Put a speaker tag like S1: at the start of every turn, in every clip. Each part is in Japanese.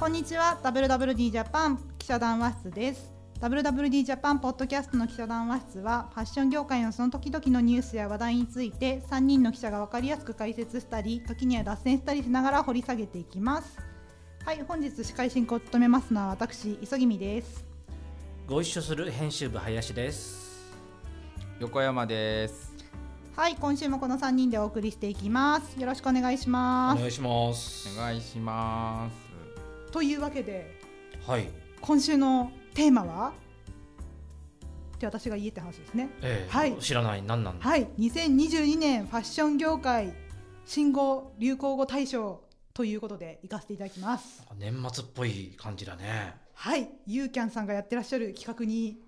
S1: こんにちは WWD ジャパン記者談話室です WWD ジャパンポッドキャストの記者談話室はファッション業界のその時々のニュースや話題について3人の記者が分かりやすく解説したり時には脱線したりしながら掘り下げていきますはい本日司会進行を務めますのは私磯君です
S2: ご一緒する編集部林です。
S3: 横山です。
S1: はい今週もこの3人でお送りしていきますよろしくお願いし
S2: お
S1: ます
S2: 願いします
S3: お。願いします。
S1: というわけで
S2: はい。
S1: 今週のテーマはって私が言えって話ですね
S2: ええ
S1: はい
S2: 知らない何なんだ。
S1: はい、2022年ファッション業界新語・流行語大賞ということで行かせていただきます。
S2: 年末っぽい感じだね。
S1: はい、ユーキャンさんがやってらっしゃる企画に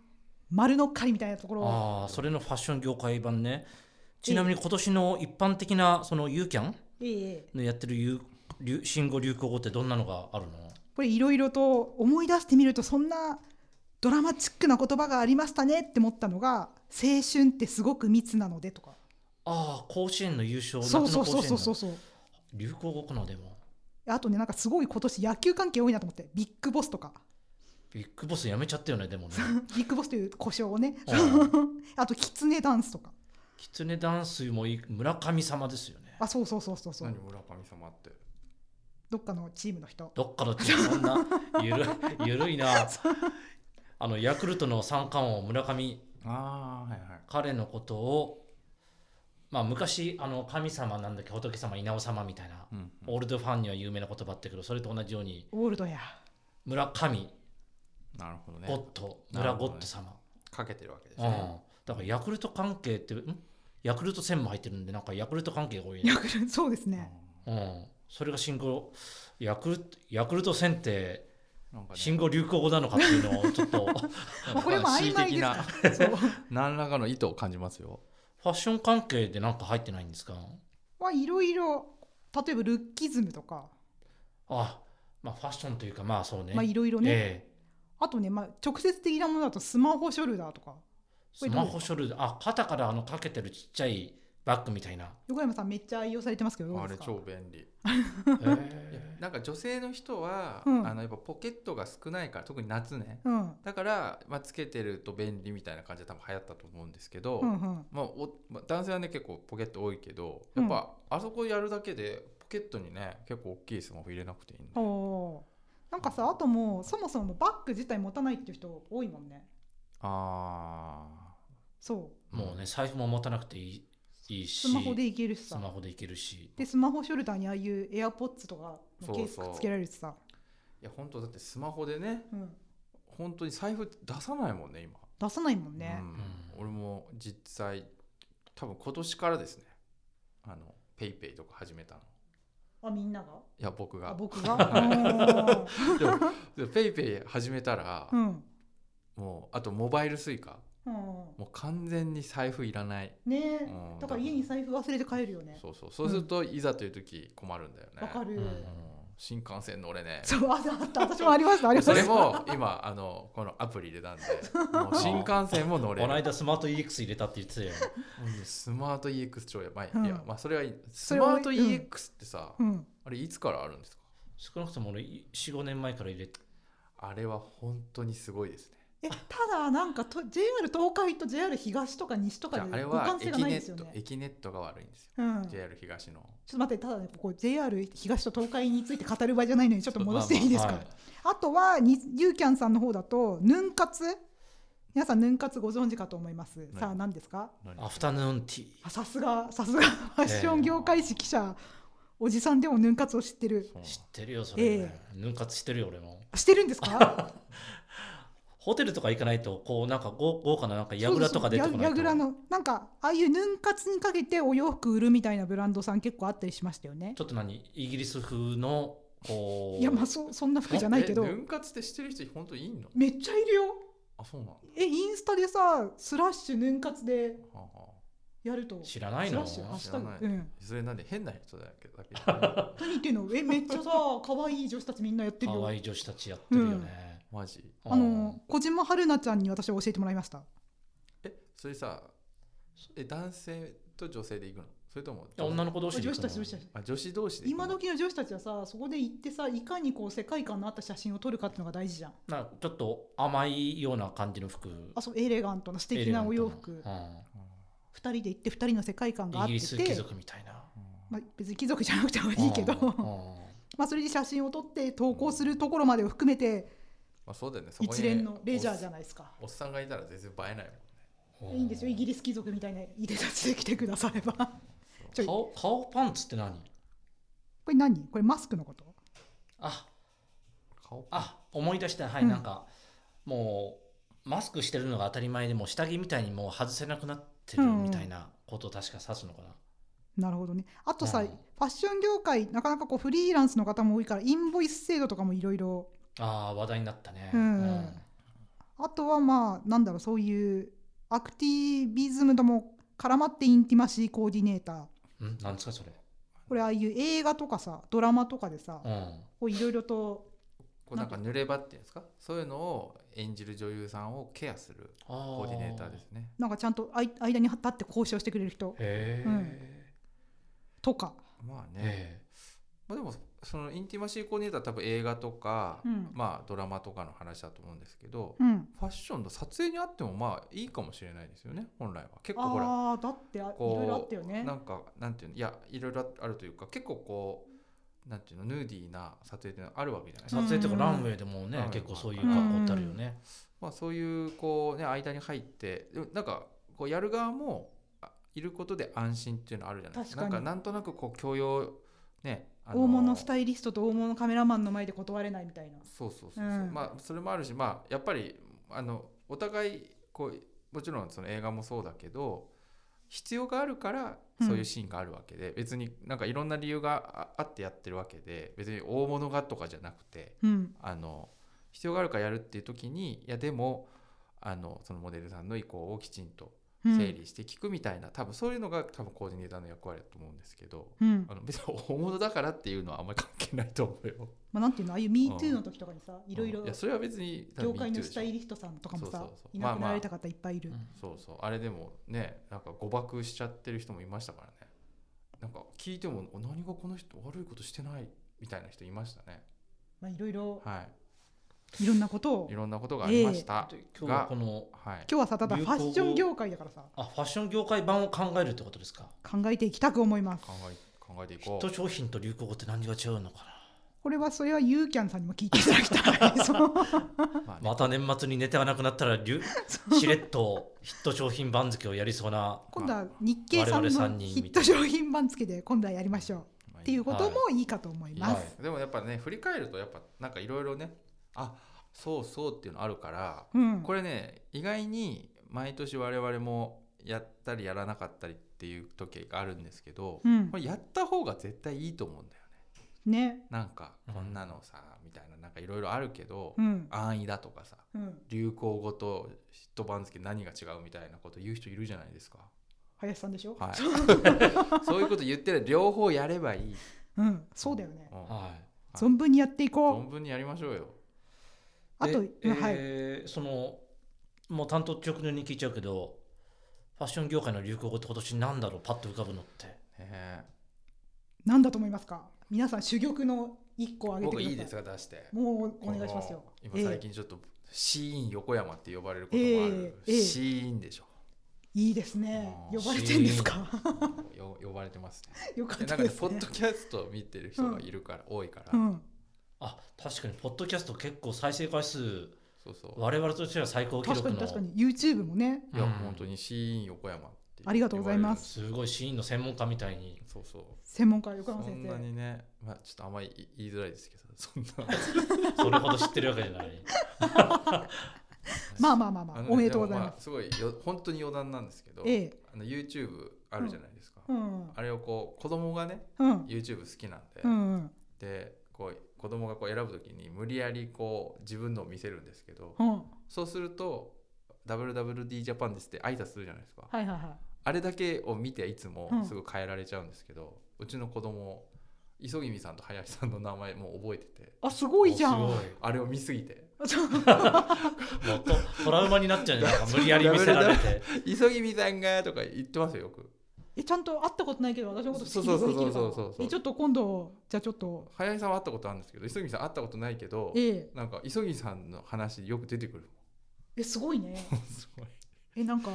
S1: 丸のっかりみたいなところを
S2: ああ、それのファッション業界版ね。ちなみに今年の一般的なそのユーキャン
S1: ええ
S2: のやってるユー流新語流行語ってどんなのがあるの？
S1: これいろいろと思い出してみるとそんなドラマチックな言葉がありましたねって思ったのが「青春ってすごく密なので」とか
S2: ああ、甲子園の優勝。
S1: そうそうそう
S2: 夏の甲子園
S1: そ
S2: の
S1: うそうそう
S2: 流行語かなでも。
S1: あとねなんかすごい今年野球関係多いなと思って「ビッグボス」とか
S2: ビッグボス辞めちゃったよねで もね。
S1: 「ビッグボス」という故障をね
S2: あー
S1: あと「キツネダンス」とか
S2: キツネダンスもいい村神様ですよね。
S1: あそうそうそうそうそう
S3: 何村神様って。
S1: どっかのチームの人
S2: どっかのチームそんなゆ るゆるいな。あのヤクルトの三冠王村上
S3: ああはいはい。
S2: 彼のことを、まあ、昔あの神様なんだっけ仏様稲尾様みたいな、
S3: うん
S2: オールドファンには有名な言葉あってけどそれと同じように
S1: オールドや
S2: 村神、
S3: なるほどね
S2: ゴッ。ド
S3: な
S2: 村
S3: るほ
S2: ゴ
S3: どね
S2: ッド様、
S3: かけてるわけです
S2: う
S3: ね。
S2: ん、だからヤクルト関係ってんヤクルト1000も入ってるんでなんかヤクルト関係が多いね
S1: ヤ、クルト そうですね
S2: うん、それが新語ヤクルトヤクルト1000って
S3: なんかね
S2: 新語流行語なのかっていうのをちょっとフ
S1: まあこれも曖昧です
S3: な
S1: か
S3: んから
S1: そう
S3: 何らかの意図を感じますよ。
S2: ァッション関係でなんか入ってないんですか
S1: はいろいろ例えばルッキズムとか、
S2: あまあファッションというかまあそうね,、
S1: まあいろいろね、
S2: ええ
S1: あとね、まあ、直接的なものだとスマホショルダーとか
S2: スマホショルダー、あ、肩からあのかけてるちっちゃいバッグみた いな。
S1: 横山さんめっちゃ愛用されてますけどどう
S3: あ
S1: で
S3: れ
S1: すか
S3: 超便利。いや
S2: へ
S3: なんか女性の人は、
S1: うん
S3: あのやっぱポケットが少ないから特に夏ね。
S1: うん
S3: だからまあつけてると便利みたいな感じで多分流行ったと思うんですけど。
S1: うんうん
S3: まあ、おまあ男性はね結構ポケット多いけどやっぱ、あそこやるだけでポケットにね結構大きいスマホ入れなくていいんだよ
S1: おーなんかさあともうそもそもバッグ自体持たないっていう人多いもんね
S3: あ
S1: そ
S2: ーもうね、財布も持たなくていいいいし、
S1: うスマホでいけるし
S2: ス
S1: さ
S2: マホでいけるし。
S1: でスマホショルダーにああいうエアポッツとかのケース
S3: そう
S1: く
S3: そう
S1: っつけられるしさ
S3: ーいや本当だってスマホでね
S1: うん、
S3: 本当に財布出さないもんね今
S1: 出さないもんね、
S3: うん俺も実際多分今年からですねあのペイペイとか始めたの
S1: あみんなが
S3: いや僕
S1: あ
S3: が
S1: 僕 があー
S3: でもでもペイペイ始めたら、
S1: うん
S3: もうあとモバイルスイカ
S1: うん
S3: もう完全に財布いらない、
S1: ねえ、
S3: うん
S1: だから家に財布忘れて帰るよね
S3: そうそうそうするといざという時困るんだよね
S1: わかる、
S2: うん
S3: うん新幹線乗れねえ
S1: そうああった私もありましたありま
S3: そ
S1: し
S3: れ
S1: た
S3: も今あのこのアプリ入れた んでもう新幹線も乗
S2: こ
S3: れ
S2: の
S3: る
S2: 間スマート EX 入れたって言ってたよ。
S3: うんスマート EX 超やばい、
S1: うん
S3: いやまあそれはいい
S1: そ
S3: ス
S1: れは
S3: マ
S1: ね
S3: ート EX ってさ、
S1: うん
S3: あれいつからあるんですか
S2: 少なくとも俺、4、5年前から入れて。
S3: あれは本当にすごいですね
S1: えただなんかと JR 東海と JR 東とか西と
S3: じ
S1: か
S3: ゃああ
S1: で
S3: れ
S1: 互
S3: は
S1: 換性
S3: 駅
S1: がない
S3: ネ
S1: です
S3: ッ
S1: よ
S3: ト
S1: ね
S3: 駅ネットが悪いんですよ、
S1: うん、ちょっ
S3: JR 東の
S1: と待ってただねここ JR 東と東海について語る場合じゃないのにちょっと戻していいですか、
S2: はい
S1: あとはにユーキャンさんの方だとヌン活皆さんヌン活ご存知かと思います、
S3: い
S1: さあ何ですか
S3: 何
S2: アフタヌーンティー。
S1: あさすがさすがファッション業界史記者、おじさんでもヌン活を知ってる
S3: そう
S2: 知ってるよ、それ、ね。ヌン活してるよ、俺も。
S1: してるんです か
S2: ホテルとか行かないと、こう、なんか豪豪華な、なんか櫓とか出てこないと。
S1: やぐらのなんかああいうヌン活にかけてお洋服売るみたいなブランドさん結構あったりしましたよね
S2: ちょっと何、イギリス風の、こう。
S1: いやまあそそんな服じゃないけど
S3: え分割ってしてる人本当いいの
S1: めっちゃいるよ
S3: あそうなんだ
S1: えインスタでさスラッシュヌン活で
S3: はあはあ
S1: やると
S2: 知らないの
S1: スラッシ
S3: 知
S1: ュハ
S3: ら
S1: ッシュタ
S3: ない
S1: グうん
S3: それなんで変な人だけだけど
S1: 何言ってんのえめっち ゃさ可愛い女子たちみんなやってる
S2: 可
S1: よ
S2: 愛い女子たちやってるよね。
S3: マジ
S1: あの小島春菜ちゃんに私は教えてもらいました
S3: えそれさえ男性と女性で行くのそれとも
S2: や女の子同士で
S1: 女子
S2: 行く
S1: た
S2: の
S1: ち女子たち
S3: あ女子同士で行くの
S1: 今時の女子たちはさそこで行ってさいかにこう世界観のあった写真を撮るかっていうのが大事じゃん
S2: なんかちょっと甘いような感じの服
S1: あそうエレガントな素敵なお洋服
S2: エレガントな
S1: 二人で行って二人の世界観
S2: うん
S1: があっ
S2: イ
S1: て
S2: ギリス貴
S1: て、
S2: 族みたいな
S1: まあ、別に貴族じゃなくてもいいけど
S2: うんうん
S1: まあそれで写真を撮って投稿するところまでを含めて
S3: まあ、そうだよねそこに
S1: 一連のレジャーじゃ
S3: い
S1: ないですか
S3: おっさんがいたら全然映えないも
S2: うん
S3: んね
S1: いいんですよイギリス貴族みたいないでたちで来てくだされば ちょいこ
S2: 顔顔パンツって何
S1: れ何これマスクのこと
S2: あ
S3: 顔
S2: あ思い出したはい、
S1: うん
S2: なんかもうマスクしてるのが当たり前でもう下着みたいにもう外せなくなってるみたいなことを確か指すのかな、
S1: なるほどねあとさ、
S2: うん
S1: ファッション業界なかなかこうフリーランスの方も多いからインボイス制度とかもいろいろ
S2: あー話題になったね、
S1: うんあとはまあなんだろうそういうアクティビズムとも絡まってインティマシーコーディネーター
S2: うんなんですかそれ、
S1: これああいう映画とかさドラマとかでさ
S2: うん、
S1: こういろいろと
S3: こうなんか濡れ場っていうんですかそういうのを演じる女優さんをケアするコ
S2: コ
S3: ーディネーターですね
S1: なんかちゃんとあい間に立って交渉してくれる人
S2: へえ、
S1: うんとか、
S3: まあね、
S2: え
S3: まあ、でもそのインティマシーコーディネーターは多分映画とか、
S1: うん
S3: まあドラマとかの話だと思うんですけど、
S1: うん、
S3: ファッションの撮影にあってもまあいいかもしれないですよね本来は結構ほら
S1: ああだってあい
S3: こう
S1: ろいろあったよね
S3: なんかなんていうのいやいろいろあるというか結構こうなんていうのヌーディーな撮影ってあるわけじゃないです
S2: 撮
S3: か、
S2: 影とか
S1: うん
S2: ランウェイでも
S3: ラン
S2: ね
S3: ウェイ
S2: 結構そういう格好ってあるよね、
S3: まあ、そういうこうね間に入ってでもなんかこうやる側もあいることで安心っていうのあるじゃないですか
S1: 確か
S3: な
S1: に
S3: んかなんとなくこう教養ねあの
S1: 大物スタイリストと大物カメラマンの前で断れないみたいな
S3: そうそうそうそう、
S1: うん
S3: まあそれもあるしまあやっぱりあのお互いこうもちろんその映画もそうだけど必要があるからそういうシーンがあるわけで、別になんかいろんな理由がああってやってるわけで別に大物がとかじゃなくて
S1: うん
S3: あの必要があるからやるっていう時にいやでもあのそのモデルさんの意向をきちんと
S1: うん
S3: 整理して聞くみたいな、多分そういうのが多分コーディネーターの役割だと思うんですけど、
S1: うん
S3: あの別に大物だからっていうのはあんまり関係ないと思うよ。
S1: まあ、なんていうのああいう MeToo の時とかにさいろいろ
S3: うんやそれは別に多分
S1: 業界
S3: Me Too
S1: の
S3: でしょ
S1: スタイリストさんとかもさ
S3: そうそうそう
S1: いなくなられた方いっぱいいる、
S2: うん
S3: そうそうあれでもねなんか誤爆しちゃってる人もいましたからねなんか聞いてもお何がこの人悪いことしてないみたいな人いましたね
S1: まあ、いろいろ
S3: はい
S1: ろんなことを
S3: いいろんなことがありました、
S2: で今日はこの
S3: はい
S1: 今日はさただフ
S2: 流行
S1: ァ
S2: 語
S1: ッション業界だからさ
S2: あファッション業界版を考えるってことですか
S1: 考えていきたく思います
S3: 考え考えてい
S2: ヒッ
S3: こ
S2: ト
S3: う
S2: 商品と流行語って何が違うのか
S1: これはそれはユーキャンさんにも聞いていただきたいそう
S3: まあ
S2: なまた年末にネタがなくな ったら流しれっとヒット商品番付をやりそうな
S1: 今度は日経さん
S2: 我
S1: の
S2: 々三人
S1: ヒット商品番付で今度はやりましょう
S3: まあ
S1: っていうこともいいかと思います、
S2: はい
S3: でもやっぱね振り返るとやっぱなんかいろいろねあそうそうっていうのあるから、
S1: うん、
S3: これね意外に毎年我々もやったりやらなかったりっていう時があるんですけど、
S1: うん
S3: これやった方が絶対いいと思うんだよね
S1: ね
S3: なんか
S2: うん
S3: こんなのさ、みたいななんかいろいろあるけど、
S1: うん
S3: 安易だとかさ
S1: うん
S3: 流行語とヒット番付何が違うみたいなこと言う人いるじゃないですか。
S1: 林さんでしょ、
S3: はい、 そういうこと言ってる両方やればいい。
S1: うんそうだよね
S3: うん
S2: はい
S3: はい
S1: 存分にやっていこ
S3: 存
S1: う
S3: 分にやりましょうよ。
S1: あと、
S2: で
S1: うんはい
S2: えーそのもう担当直入に聞いちゃうけどファッション業界の流行語って今年なんだろうパッと浮かぶのって
S3: ねえ
S1: 何だと思いますか皆さん珠玉の一個あげてくだ
S3: 僕
S1: さい
S3: いいですか出して。
S1: もうお願いしますよ
S3: この今最
S1: え
S3: 近ちょっとシーン横山って呼ばれることもある、
S1: ええええ
S3: シーンでしょ。
S1: えいいですね
S3: あー
S1: 呼ばれてんですか
S3: よ呼ばれてますね。
S1: よかっ
S3: でな
S1: た
S3: んか
S1: で
S3: ね
S1: す
S3: ポッ
S1: ね
S3: ドキャストを見てる人がいるから、多いから、
S1: うん
S2: あ確かにポッドキャスト結構再生回数
S3: そうそう。
S2: 我々としては最高記
S1: 確か
S2: 録
S1: に
S2: の
S1: 確かに YouTube もね
S3: いや、
S2: うん
S3: 本当にシーン横山って
S1: ありがとうございます
S2: すごいシーンの専門家みたいに
S3: 言われる。そうそう。
S1: 専門家横
S3: そ
S1: 山先
S3: んな
S1: 生
S3: にね、まあ、ちょっとあんまり言い言いづらいですけど、そんな。
S2: それほど知ってるわけじゃない
S1: まあまあまあまあ
S3: のね
S1: おめでとうござい
S3: でも
S1: ま
S3: あすごいよ、本当に余談なんですけど、
S1: ええ
S3: あの YouTube あるじゃないですか。
S1: すうん
S3: あれをこう、子供がね、
S1: うん
S3: YouTube 好きなんで、
S1: うんうん
S3: で、こう、子供がこう選ぶときに、無理やりこう、自分のを見せるんですけど、
S1: うんは
S3: そうすると、WWD ジャパンですって挨拶するじゃないですか。
S1: いはいは
S3: あれだけを見ていつも
S1: うん
S3: すぐ変えられちゃうんですけど、うちの子供磯君さんと林さんの名前もう覚えてて
S1: いあすごいじゃん
S2: おす
S3: あれを見すぎて
S2: ごいもうとトラウマになっちゃうじゃんなんか無理やり見せられて
S3: 磯君さんがとか言ってますよよく
S1: ええちゃんと会ったことないけど私のこと好き
S3: そう
S1: で
S3: そ
S1: で
S3: う
S1: きるか
S3: そうそうそうそう
S1: なえちょっと今度じゃあちょっと
S3: 早井さんは会ったことあるんですけど磯木さん会ったことないけど
S1: ええ
S3: なんか磯木さんの話よく出てくる
S1: えすごいね
S3: もん すごい
S1: えなんか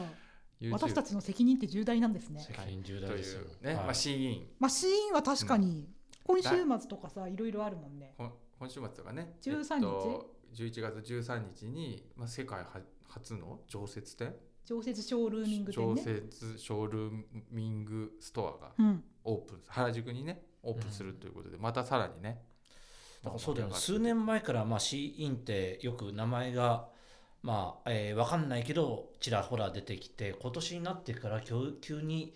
S3: YouTube
S1: 私たちの責任って重大なんですね
S2: 責任重
S3: と
S2: 大
S3: い
S2: ですよ
S3: うね、
S2: はい
S3: まあ、シーン
S1: まあシーンは確かに今週末とかさいろいろあるもんね
S3: こん今週末とかね
S1: 13日
S3: えっと、11月13日に、まあ、世界は初の常設店
S1: 常設ショールーミング店
S3: 常
S1: ね
S3: 設ショールーミングストアが
S1: うん
S3: オープン原宿にねオープンするということで、またさらにね
S2: だからそうだよね数年前からまあシーインってよく名前がまあ、えー、わかんないけどちらほら出てきて今年になってからきょ急に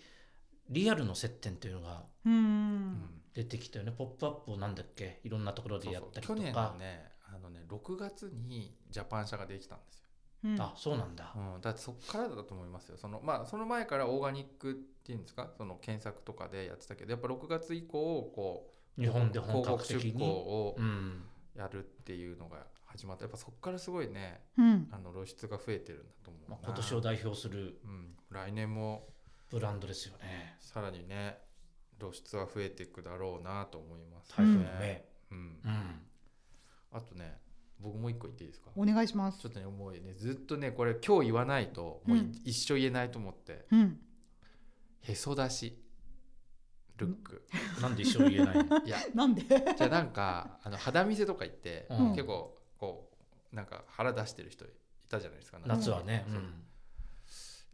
S2: リアルの接点というのが
S1: うー
S3: うんん
S2: 出てきたよね「ポップアップをなんだっけいろんなところ
S3: そ
S2: で
S3: う
S2: や
S3: そ
S2: っ
S3: う
S2: たりと
S3: 去
S2: か
S3: 年のねあのね6月にジャパン社ができたんですよ、
S1: うん
S2: あそうなんだ、
S3: うん、だってそっからだと思いますよそのまあその前からオーガニックっていうんですかその検索とかでやってたけどやっぱ6月以降こう
S2: 日本で本格的
S3: 広告出稿
S2: に、
S3: を
S2: うん、
S3: やるっていうのが始まってやっぱそっからすごいね
S1: うん
S3: あの露出が増えてるんだと思うな、
S2: まあ、今年を代表する
S3: うん、来年も
S2: ブランドですよね
S3: さらにね露出は増えていくだろうなと思います
S2: 台風の
S3: ね
S2: 目、
S3: うん
S2: うん
S3: あとね僕もう一個言っていいですか
S1: お願いします
S3: ちょっとねもうねずっとねこれ今日言わないともうい、
S1: うん
S3: 一生言えないと思って
S1: うん
S3: へそ出しルック
S2: なんで一生言えないの
S3: いや
S1: なんで
S3: じゃあなんかあの肌見せとか行って、
S2: うん
S3: 結構こうなんか腹出してる人いたじゃないですか
S2: 夏はね、う
S3: そうい
S2: ん、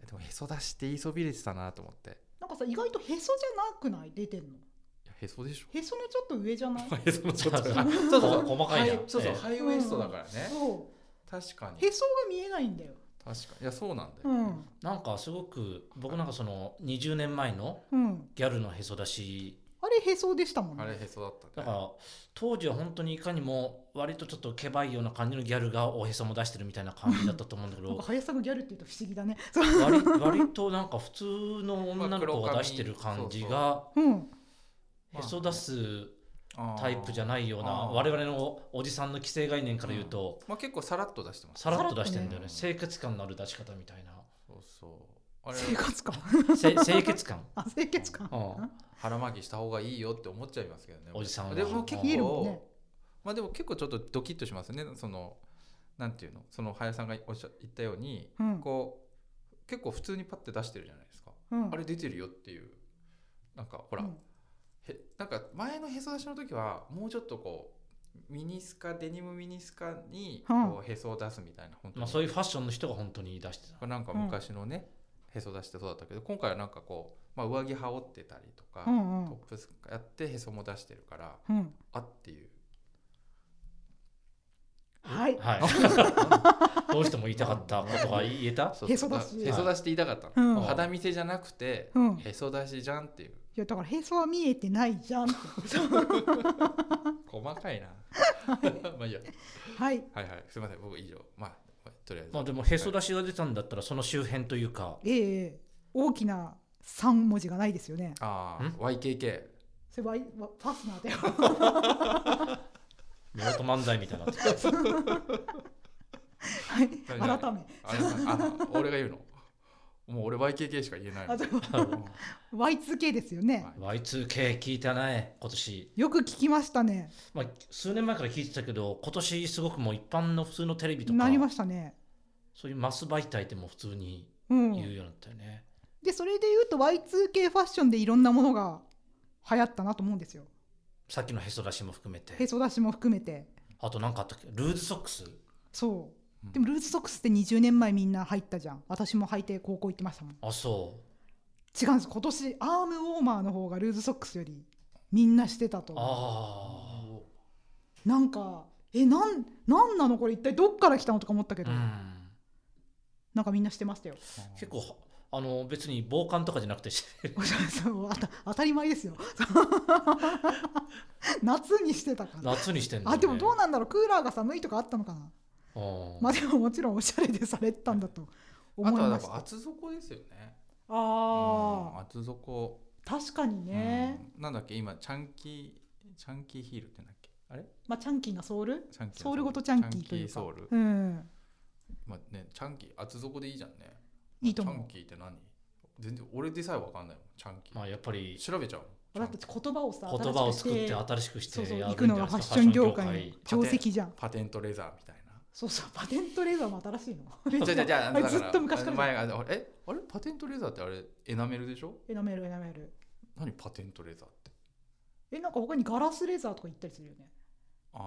S3: やでもへそ出しって言いそびれてたなと思ってい
S1: なんかさ意外とへそじゃなくない出てんの
S3: やへそでしょ
S1: へそのちょっと上じゃない
S3: へそのち ょっと
S2: そう
S3: そう
S2: そう細かいな
S3: ハイそうそう、
S2: ええ
S3: ハイウエストだからね、
S1: そ
S3: 確か
S1: う
S3: に
S1: へそが見えないんだよ
S3: 確かにいやそうなんだよ、
S1: うん
S2: なんかすごく僕なんかその20年前の
S1: うん
S2: ギャルのへそ出し
S1: あれへそでしたもん
S3: あれ
S1: ね
S3: へそだった
S2: だ
S3: ね
S2: から当時は本当にいかにも割とちょっとけばいような感じのギャルがおへそも出してるみたいな感じだったと思うんだけ
S1: なんか
S2: ど
S1: 林さんがギャルって言うと不思議だ ねそう
S2: 割割となんか普通の女の子が出してる感じが
S1: うん
S2: へそ出すタイプじゃ
S3: ない
S2: ないような
S3: あー
S2: 我々のおじさんの既成概念から言うと
S3: まあ結構さらっと出してます
S2: さらっと出してんだよね
S3: さ
S2: 清潔感のある出し方みたいな
S3: そうそうあれ
S1: 生活 感
S2: せ 清潔感
S1: あ清潔感
S2: うん
S3: 腹巻きした方がいいよって思っちゃいますけどね
S2: おじさんは
S3: でも結
S1: 言えるもん
S3: 構、
S1: ね
S3: まあでも結構ちょっとドキッとしますねそのなんていうのその林さんがおっしゃ言ったように、
S1: うん
S3: こう結構普通にパッて出してるじゃないですか、
S1: うん
S3: あれ出てるよっていうなんかほら、
S1: うん
S3: へなんか前のへそ出しの時はもうちょっとこうミニスカデニムミニスカに
S1: うん
S3: こうへそを出すみたいな、本当に
S2: まあそういうファッションの人が本当に出してた
S3: なんか昔のね、へそ出してそうだったけど今回はなんかこう、まあ、上着羽織ってたりとか、
S1: うんうん
S3: トップスやってへそも出してるから
S1: うん
S3: あっていう
S1: はい
S2: はい どうしても言いたかったことが言えた
S3: そう
S1: へそ出し
S3: へそ出しって言いたかった
S1: うん
S3: の、肌見せじゃなくて、
S1: うん
S3: へそ出しじゃんっていう
S1: いやだからへそは見えてないじゃ んって
S3: 細 かいなまあいいや
S1: はい
S3: はいはいすいません僕以上まあまあとりあえず、
S2: まあでもへそ出しが出たんだったらその周辺というか
S1: ええ大きな三文字がないですよね
S3: あ
S2: ん
S3: あ YKK
S1: それはわファスナーだ よ
S2: 見事漫才みたいになってきた
S1: はい
S3: 何々
S1: 改め
S3: あれあ俺が言うのもう俺 YKK しか言えないの
S1: あそう Y2K ですよね、
S2: Y2K 聞いたね今年、
S1: よく聞きましたね
S2: まあ、数年前から聞いてたけど今年すごくもう一般の普通のテレビとか
S1: なりましたね
S2: そういうマス媒体でも普通に
S1: うん
S2: 言うようになったよね、
S1: でそれで言うと Y2K ファッションでいろんなものが流行ったなと思うんですよ
S2: さっきのへそ出しも含め
S1: へ
S2: て
S1: そ出しも含めて
S2: あと何かあったっけルーズソックス
S1: そう
S3: うん
S1: でもルーズソックスって20年前みんな入ったじゃん私も履いて高校行ってましたもん
S2: あそ
S1: 違うんです今年アームウォーマーの方がルーズソックスよりみんなしてた
S2: う
S1: と
S2: あ
S1: なんかえなんなんなのこれ一体どっから来たのとか思ったけ
S2: あ、う
S1: ど、
S2: ん、
S1: なんかみんなしてましたよ
S2: 結構あの別に傍観とかじゃなくて
S1: そうあた当たり前ですよ夏にしてたから
S2: 夏にしてんだ、ね、
S1: あでもどうなんだろうクーラーが寒いとかあったのかな
S2: うん
S1: まあでももちろんおしゃれでされてたんだと思
S3: あ
S1: い
S3: とはや
S1: ま
S3: っ
S1: した
S3: ぱ
S1: あ
S3: 厚底ですよねうん
S1: あ
S3: 厚底、
S1: ー確かにね、
S3: うんなんだっけ今チャンキーチャンキーヒールってなんだっけあれ
S1: まあチャンキーなソール
S3: チャンキーの
S1: ソールごとチャンキーというか
S3: チャンキーソール、
S1: うん
S3: まあねチャンキー厚底でいいじゃんね
S1: いいと思う
S3: チャンキーって何全然俺でさえ分かんないもんチャンキー、
S2: まあやっぱり
S3: 調べちゃうもん
S1: 私
S3: チャン
S1: た
S3: キー
S1: ち言葉をさ
S2: 言葉を作って
S1: 新しく
S2: 新しくして
S1: そうそう
S2: や
S1: 行
S2: るん
S1: く
S2: じゃ
S1: の
S2: ない
S1: が
S2: です
S1: ファッ
S2: か
S1: ション業界の
S3: ファッション業
S1: 定
S3: 界
S1: 石じゃん
S3: パテントレザーみたい な
S1: そうそうパテントレーザーも新しい の
S3: じゃあ じゃあじゃあ
S1: あれ
S3: だ
S1: ずっと昔
S3: あ
S1: か
S3: の
S1: らじゃん
S3: 前あのえあれパテントレザーってあれエナメルでしょ
S1: エナメルエナメル
S3: 何パテントレザーって
S1: えなんか他にガラスレーザーとか言ったりするよね
S3: あ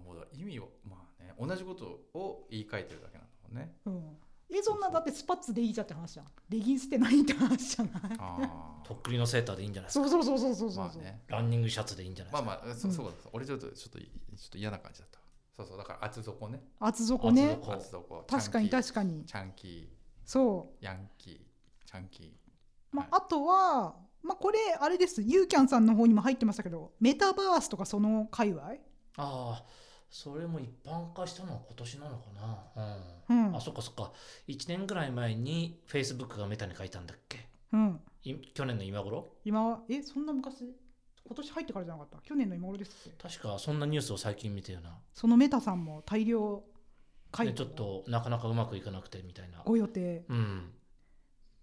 S3: あもうだ意味をまあね同じことを言い換えてるだけなんだもんね
S1: うんえそんなだってスパッツでいいじゃんって話じゃんレギンスって何って話じゃない
S3: あ
S2: とっくりのセーターでいいんじゃないですか
S1: そうそうそうそうそう
S3: あ
S1: そう
S3: まあね
S2: ランニングシャツでいいんじゃないで
S3: ますあ
S2: か、
S3: まあそ,、
S1: うん
S3: そうだそう俺ちょっとちょっといちょっと嫌な感じだったわそうそうだから厚底ね
S1: 厚底ね
S2: 厚底こう
S3: 厚底
S1: 確かに
S3: か
S1: 確かに
S3: チャンキ
S1: そ
S3: ーヤンキーチャンキ
S1: う、ま
S3: はい
S1: あ、あとは、まあ、これあれですユーキャンさんの方にも入ってましたけどメタバースとかその界隈
S2: ああそれも一般化したのは今年なのかな
S1: う
S2: うんんあそっかそっか1年ぐらい前に Facebook がメタに書いたんだっけ
S1: うん
S2: い去年の今頃
S1: 今はえそんな昔今年入ってからじゃなかった去年の今頃ですって
S2: 確かそんなニュースを最近見たような、
S1: そのメタさんも大量書い
S2: で
S1: て
S2: ちょっとなかなかうまくいかなくてみたいな
S1: ご予定
S2: うん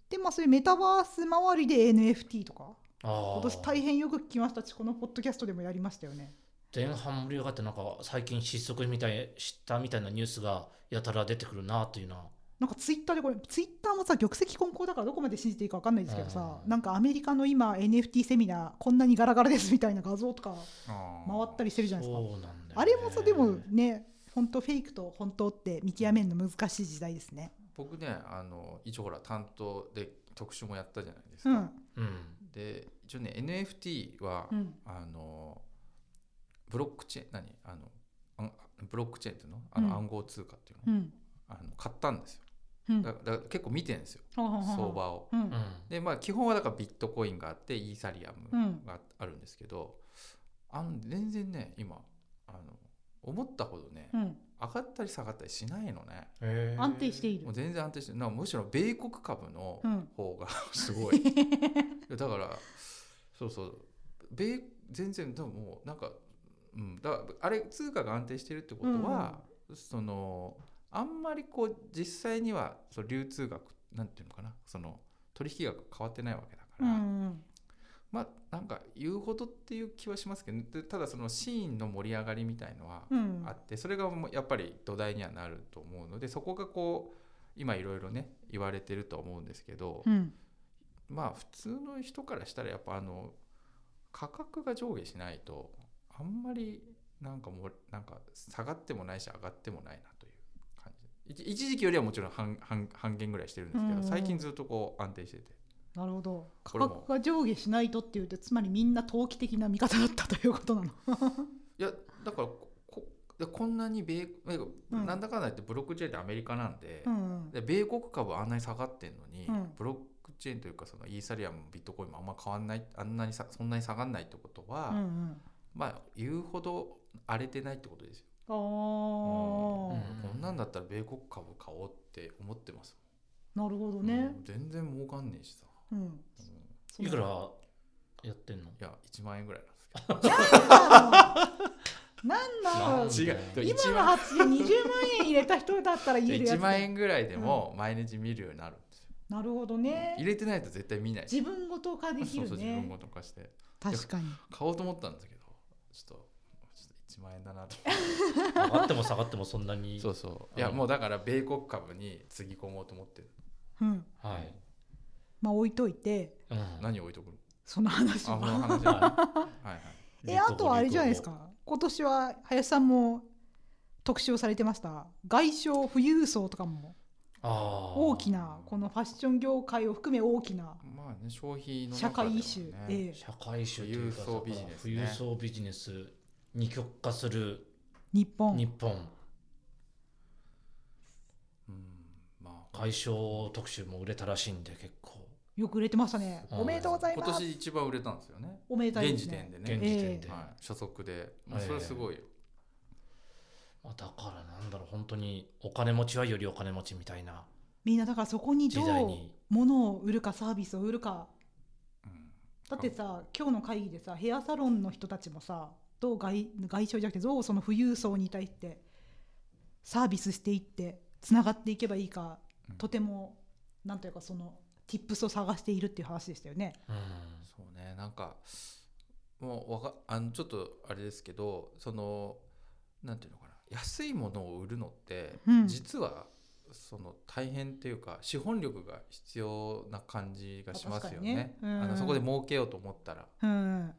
S1: でまあそういうメタバース周りで NFT とか
S2: あ
S1: 今年
S2: あ
S1: 大変よく聞きましたしこのポッドキャストでもやりましたよね
S2: 前半盛り上がってなんか最近失速みたいしたみたいなニュースがやたら出てくるなというのは
S1: なんかツイッターでこれツイッターもさ玉石混交だからどこまで信じていいか分かんないですけどさ、
S2: うん
S1: なんかアメリカの今 NFT セミナーこんなにガラガラですみたいな画像とか
S3: ー
S1: 回ったりしてるじゃないですか、
S2: そうなんだよね
S1: あれもさでもね本当フェイクと本当って見極めるの難しい時代ですね
S3: 僕ねあの一応ほら担当で特集もやったじゃないです
S1: う
S3: か、
S1: ん
S2: うん
S3: で一応ね NFT は、
S1: うん
S3: あのブロックチェーン何あのあんブロックチェーンっていうのあの
S1: うん
S3: 暗号通貨っていうの,、
S1: うん
S3: あの買ったんですよ
S1: うん
S3: だだ結構見てるんですよ相場を。
S1: うん
S2: うん
S3: でまあ基本はだからビットコインがあってイーサリアムがあるんですけど、あの全然ね今あの思ったほどね、
S1: うん
S3: 上がったり下がったりしないのね
S2: へー
S1: 安定している
S3: もう全然安定してなんかむしろ米国株の
S1: うん
S3: 方がすごいだからそうそう米全然でももうなんか、うん、だからあれ通貨が安定してるってことは、そのあんまりこう実際にはその流通額なんていうのかなその取引額が変わってないわけだから、
S1: うん
S3: まあなんか言うほどっていう気はしますけどでただそのシーンの盛り上がりみたいのは
S1: うん
S3: あってそれがもうやっぱり土台にはなると思うのでそこがこう今いろいろね言われてると思うんですけど、
S1: うん
S3: まあ普通の人からしたらやっぱあの価格が上下しないとあんまりなんかもうなんか下がってもないし上がってもないなという感じ一一時期よりはもちろん半半半減ぐらいしてるんですけ
S1: うんう
S3: ど
S1: ん
S3: 最近ずっとこう安定してて
S1: なるほど価
S3: これも
S1: 格が上下しないとっていうとつまりみんな投機的な見方だったということなの
S3: いやだからここでこんなに米なんか
S1: うん
S3: なんだかんだ言ってブロックチェーンってアメリカなんで,、
S1: うん
S3: で米国株あんなに下がってんのに、
S1: うん
S3: ブロックチェーンというかそのイーサリアムビットコインもあんま変わんないあんなにさそんなに下がんないってことは、
S1: うんうん
S3: まあ言うほど荒れてないってことですよ。
S1: あ
S3: うん
S1: ー
S2: うん
S3: こんなんだったら米国株買おうって思ってます
S1: なるほど
S3: もん、
S1: ね
S3: うん全然儲かんねえしさ、
S1: うん
S3: うんい
S1: そ
S2: い
S1: の
S2: くらやっ てんの
S3: や1万円ぐらいなんですけ
S1: なんだろうなんだろう
S2: 違う
S3: ど
S1: 今
S3: 1
S1: の
S3: 万
S1: 発言20万円入れた人だったら言えるやつ
S3: 1
S1: だ
S3: 万円ぐらいでも毎日見るようになるんですよ、
S1: なるほどね
S3: 入れてないと絶対見ないし
S1: 自分ごと化でき
S3: そう
S1: る
S3: そう自分
S1: ね
S3: ごと化して
S1: 確かに
S3: 買おうと思ったんですけどちょっとちょっと1万円だなと思って
S2: 上がっても下がってもそんなに
S3: そうそういや
S2: うん
S3: もうだから米国株につぎ込もうと思ってる
S1: うん
S2: はい、
S1: まあ置いといて
S2: うん
S3: 何置いとくの
S1: その話
S3: あこ
S1: は
S3: の話はい
S2: は
S3: はい
S2: い
S1: えあとはあれじゃないですか今年は林さんも特集をされてました外傷富裕層とかも
S2: あー
S1: 大きなこのファッション業界を含め大きな
S3: まあね消費の
S1: 社
S3: 中では
S1: 会
S3: ね
S1: イシュー、ええ
S2: 社会主というか
S3: 富裕層ビジネスね
S2: 富裕層ビジネスに極化する
S1: 日本
S2: 日本
S3: うんまあ
S2: 解消特集も売れたらしいんで結構
S1: よく売れてましたね
S2: うん
S1: おめでとうござい
S3: 今
S1: ます
S3: 年一番売れたんですよね
S1: おめでたい
S3: 現
S1: です
S3: 時
S1: ね
S3: 点で
S2: 現
S3: ね、
S2: 時点で、
S1: ええ
S3: はい、初速で、まあ、
S2: ええ
S3: それはすごいよ、
S2: まあだからなんだろう本当にお金持ちはよりお金持ちみたいな
S1: みんなだからそこに
S2: 時
S1: ど
S2: 代
S1: う
S2: に
S1: 物を売るかサービスを売るか
S3: うん
S1: だってさ今日の会議でさヘアサロンの人たちもさどう外外傷じゃなくてどうその富裕層に対してサービスしていってつながっていけばいいか
S3: うん
S1: とてもなんというかその tips を探しているっていう話でしたよね。
S2: うん
S3: そうねなんかもうわかあのちょっとあれですけどそのなんていうのかな安いものを売るのって、
S1: うん
S3: 実はその大変っていうか資本力が必要な感じがしますよね。
S1: 確かにねうん
S3: あのそこで儲けようと思ったら
S1: うん、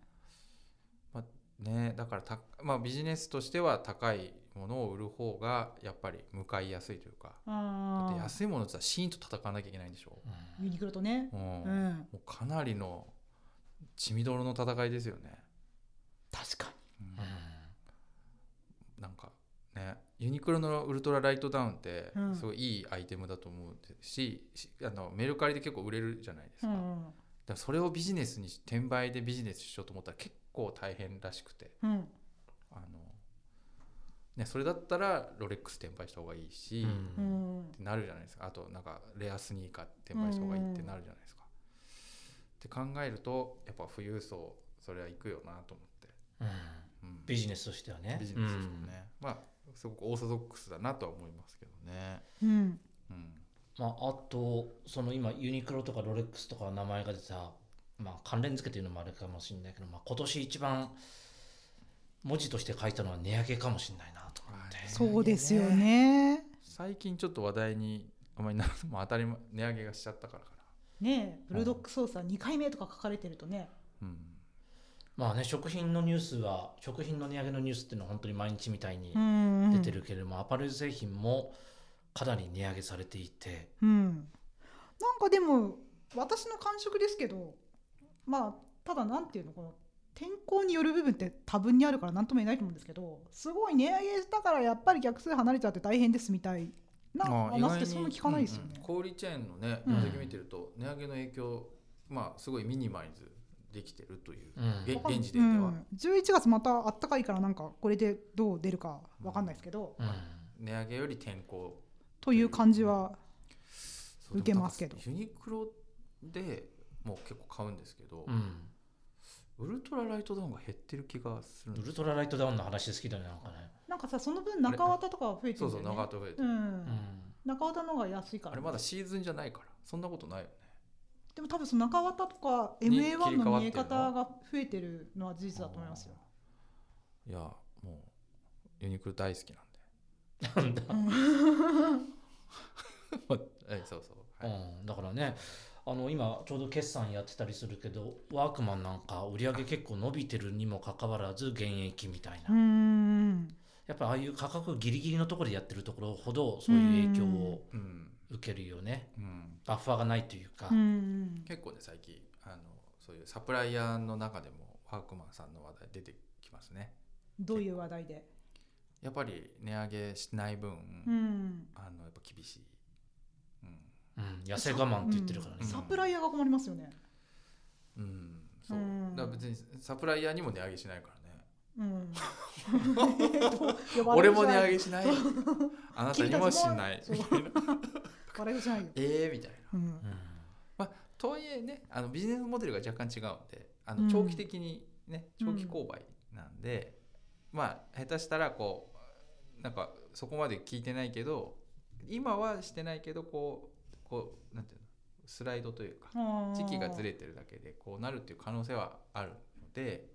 S3: ねだからた、まあ、ビジネスとしては高いものを売る方がやっぱり向かいやすいというかだっ
S1: あ
S3: て
S1: あ
S3: 安いものってさシーンと戦わなきゃいけないんでしょ。
S2: う
S1: ユ
S2: ん
S1: ニクロとね、
S3: うん
S1: う
S3: も
S1: ん、
S3: うかなりの血みどろの戦いですよね。
S1: 確か
S3: うん
S2: う
S3: なんかねユニクロのウルトラライトダウンって
S1: うん
S3: すごいいいアイテムだと思うし,し、あのメルカリで結構売れるじゃないですか,、
S1: に、う
S3: だか
S1: ん
S3: らそれをビジネスにし転売でビジネスしようと思ったら結構大変らしくて
S1: うん
S3: あの、ね、それだったらロレックス転売した方がいいし、
S2: ん
S3: っ
S1: うん
S3: てなるじゃないですかあとなんかレアスニーカー転売した方がいいってなるじゃないですか、って考えるとやっぱ富裕層それは行くよなと思って、
S2: うん
S3: うん
S2: ビジネスとしてはね
S3: ビジネスですよね、まあすごくオーソドックスだなとは思いますけどね、
S1: うん
S3: うん、
S2: うんまあ、あとその今ユニクロとかロレックスとか名前が出た、まあ、関連付けというのもあるかもしれないけど、まあ、今年一番文字として書いたのは値上げかもしれないなと思って
S3: あーね
S1: そうですよね。
S3: 最近ちょっと話題にあまりなまあ当たり前値上げがしちゃったからか
S1: ねえブルドックソースは2回目とか書かれてるとね、
S3: な、うん、
S2: まあね食品のニュースは食品の値上げのニュースっていうのは本当に毎日みたいに
S1: うんうん
S2: 出てるけれども、アパレル製品もかなり値上げされていて、
S1: うん、なんかでも私の感触ですけどまあただなんていうのこの天候による部分って多分にあるから何とも言えないと思うんですけどすごい値上げしたからやっぱり客数離れちゃって大変ですみたいな
S3: あ意
S1: 話ってそんな聞かないですよね。
S3: うんうん小売チェーンのね
S1: うん
S3: 分析見てると、値上げの影響まあすごいミニマイズできてるという、
S2: うん
S3: げ
S1: わかん
S3: 現時点では、
S1: うん、11月またあったかいからなんかこれでどう出るかわかんないですけど、
S2: うん
S3: 値上げより天候
S1: という感じは
S3: そう
S1: 受けますけど
S3: でもなんかユニクロでもう結構買うんですけど、
S2: うん
S3: ウルトラライトダウンが減ってる気がするん
S2: ウ
S3: です
S2: ルトラライトダウンの話好きだねなんかね、
S1: なんかさその分中綿とかは増えて
S3: そ
S1: る
S3: うん
S1: だよ
S3: そう
S1: ね
S3: 長戸増えて
S1: う
S3: る、
S2: うんん
S1: 中綿の方が安いから
S3: あれまだシーズンじゃないからそんなことないよね
S1: でも多分その中綿とか
S3: に
S1: MA1 の見え
S3: 切り替わってる
S1: 方
S3: の
S1: が増えてるのは事実だと思いますよ。
S3: いやもうユニクロ大好きなんで
S2: なんだ、
S3: えそうそう、はい
S2: うん、だからねあの今ちょうど決算やってたりするけどワークマンなんか売り上げ結構伸びてるにもかかわらず現役みたいな、
S1: ん
S2: やっぱああいう価格ギリギリのところでやってるところほどそういう影響を
S3: うん
S2: 受けるよね
S3: うん、
S2: バッファーがないというか、
S1: うん
S3: 結構ね最近あのそういうサプライヤーの中でもワークマンさんの話題出てきますね
S1: どういう話題で、
S3: やっぱり値上げしない分、
S1: ん、
S3: あのやっぱ厳しい、
S2: うん、痩せ我慢って言ってるからね
S1: うん
S3: さ
S1: サプライヤーが困りますよね。
S3: うんうん、そう
S1: うん
S3: だから別にサプライヤーにも値上げしないからね
S1: うん、
S3: 俺も値上
S1: げ。
S3: げし ないあなたにもしない
S1: 君たち
S3: みたいな
S1: 笑い事じゃないよ。
S3: ええみたいな
S1: うん
S2: うん
S3: とはいえねあのビジネスモデルが若干違うんであ
S1: うん
S3: の長期的にね、
S1: うん
S3: 長期購買なんで、まあ下手したらこうなんかそこまで聞いてないけど今はしてないけどこうこうなんていうのスライドというか時期がずれてるだけでこうなるっていう可能性はあるので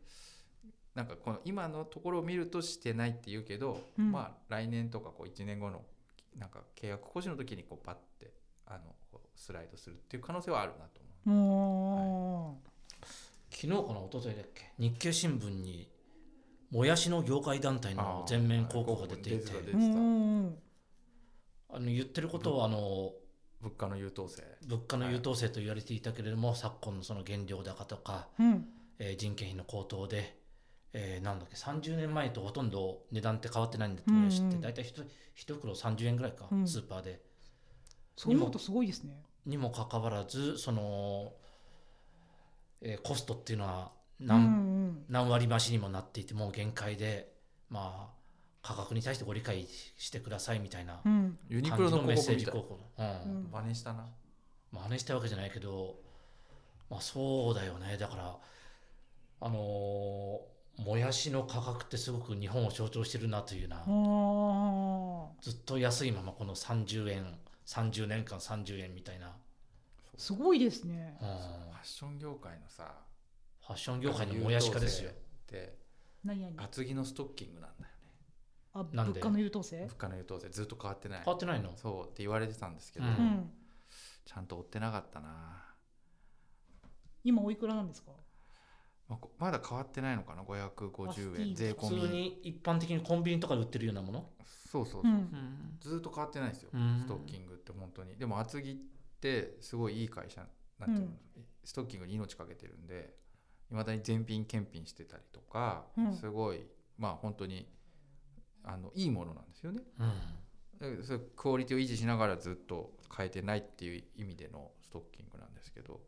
S3: なんかこの今のところを見るとしてないって言うけど、
S1: うん
S3: まあ来年とかこう1年後のなんか契約更新の時にこうパッてあのこうスライドするっていう可能性はあるなと思う。
S1: も
S2: 昨日かな一昨日だっけ日経新聞にもやしの業界団体の全面広告が出ていて
S3: あー広告出て
S1: う
S3: た
S1: ん
S2: あの言ってることはあの
S3: 物価の優等生
S2: 物価の優等生と言われていたけれども、昨今のその原料高とか、
S1: うん
S2: えー人件費の高騰で、えーなんだっけ30年前とほとんど値段って変わってないんだって俺は知って、
S1: うんうん
S2: 大体ひと一袋30円ぐらいか、
S1: うん
S2: スーパーで
S1: そう思うとすごいですね。
S2: にもかかわらずその、えーコストっていうのは
S1: う
S2: 何,、
S1: ん
S2: 何割増しにもなっていてもう限界でまあ価格に対してご理解してくださいみたいな
S1: うんうん
S3: ユニク
S2: 感
S3: ロ
S2: じ
S3: の
S2: のメッ
S3: 広
S2: セ
S3: 告
S2: ージ
S3: みたい
S2: 広告、うん
S1: うん
S3: 真似したな
S2: 真似したわけじゃないけど、まあ、そうだよねだからあのーもやしの価格ってすごく日本を象徴してるなというな、
S1: ああ
S2: ずっと安いままこの30円30年間30円みたいな
S3: そう
S1: すごいですね
S2: うん
S3: ファッション業界のさ
S2: ファッション業界のもやしかですよ
S3: で
S1: 何々
S3: 厚着のストッキングなんだよね
S1: あ
S2: なん
S1: 物
S2: で
S1: 価の優等生
S3: 物価の優等生ずっと変わってない
S2: 変わってないの
S3: そうって言われてたんですけど、
S2: う
S1: うんん
S3: ちゃんと追ってなかったな
S1: 今おいくらなんですか
S3: まあこまだ変わってないのかな
S1: あスティ
S3: 550
S1: ー
S3: 円
S1: ブ
S3: 税
S2: 普通
S3: 込み
S2: に一般的にコンビニとかで売ってるようなもの
S3: そうそうそう、
S1: うん
S2: うん
S3: ずっと変わってないんですよ、
S2: うん
S3: ストッキングって本当にでも厚着ってすごいいい会社なんていうの、ストッキングに命かけてるんでいまだに全品検品してたりとか、
S1: うん
S3: すごいまあ本当にあのいいものなんですよねだけどそれクオリティを維持しながらずっと変えてないっていう意味でのストッキングなんですけど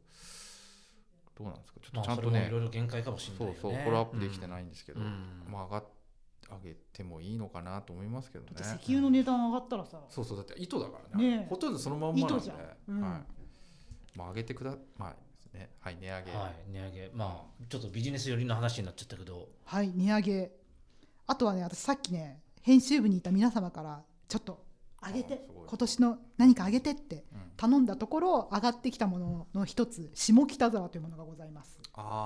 S3: どうなんですかちょ
S2: ま
S3: っと
S2: あ
S3: ちゃ
S2: そ
S3: ん
S2: れ
S3: と
S2: も
S3: ね
S2: いろいろ限界かもしれ
S3: そ
S2: な
S3: う
S2: い
S3: そう
S2: よね
S3: フォローアップできてないんですけど、
S2: うん
S3: まあ上がっ上げてもいいのかなと思いますけどね
S1: だって石油の値段上がったらさ
S3: そうそうだって糸だからね
S1: ねえ
S3: ほとんどそのまんまなんで
S1: 糸じゃんうん
S3: はい、まあ上げてくだまあですねはい値上げ、
S2: はい値上げまあちょっとビジネス寄りの話になっちゃったけど
S1: はい値上げあとはね私さっきね編集部にいた皆様からちょっと上げ
S3: あ
S1: て
S3: すごい
S1: 今年の何か上げてって
S3: うん
S1: 頼んだところ上がってきたものの一つ下北沢というものがございます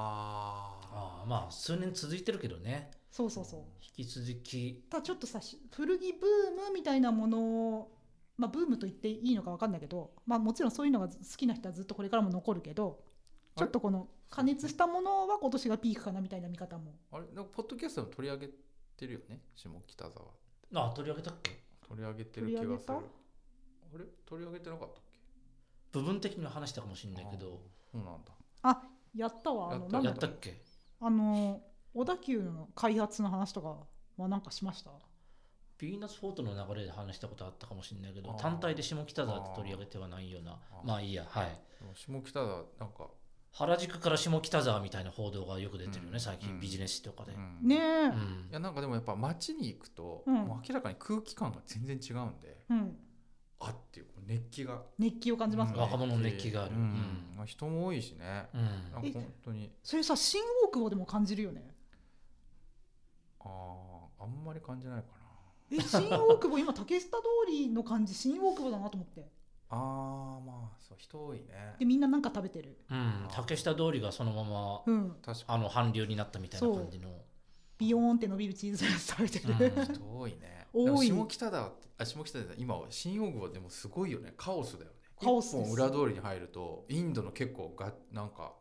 S3: あー
S2: ああまあ数年続いてるけどね
S1: そうそうそう
S2: 引き続き
S1: ただちょっとさし古着ブームみたいなものを、まあ、ブームと言っていいのか分かんないけど、まあ、もちろんそういうのが好きな人はずっとこれからも残るけどちょっとこの加熱したものは今年がピークかなみたいな見方も
S3: あれなんかポッドキャストも取り上げてるよね下北沢
S2: あ取り上げたっけ
S3: 取り上げてる気が
S1: 取
S3: する
S1: り上げた
S3: あれ取り上げてなかったっけ
S2: 部分的には話したかもしれないけど
S3: あーそうなんだ
S1: やったわあ
S3: や
S1: の
S3: った
S1: なん
S2: や
S1: だ
S2: っ
S1: っけ
S2: たっけ
S1: あの小田急の開発の話とかはなんかしました
S2: ビーナスフォートの流れで話したことあったかもしれないけど
S3: あー
S2: 単体で下北沢って取り上げてはないような
S3: あー
S2: まあいいやはい
S3: でも下北沢なんか、
S2: 原宿から下北沢みたいな報道がよく出てるよね、
S3: うん
S2: 最
S3: う
S2: 近
S3: ん
S2: ビジネス誌とかで、
S3: うん
S1: ね
S3: い
S1: え
S2: うん
S3: やなんかでもやっぱ街に行くと、
S1: うん
S3: もう明らかに空気感が全然違うんで
S1: うん、
S3: あっていうこう熱気が
S1: 熱気を感じます
S2: ね
S1: か、
S2: 若者の熱気がある
S3: うん
S2: うん
S3: まあ、人も多いしね、
S2: うん
S3: なんか本当に
S1: それさ新大久保でも感じるよね
S3: あああんまり感じないかな
S1: え新大久保今竹下通りの感じ新大久保だなと思って
S3: あーまあそう人多いね
S1: でみんななんか食べてる
S2: うん竹下通りがそのまま
S1: うん
S3: 確か
S2: あの韓流になったみたいな感じの
S1: ビヨーンって伸びるチーズライス食べてる、
S2: うん
S3: に人多いね
S1: 多い
S3: でも下北沢ってあ下北沢じゃない今は新大久保でもすごいよねカオスだよね
S1: カオスです
S3: 一本裏通りに入るとインドの結構がなんか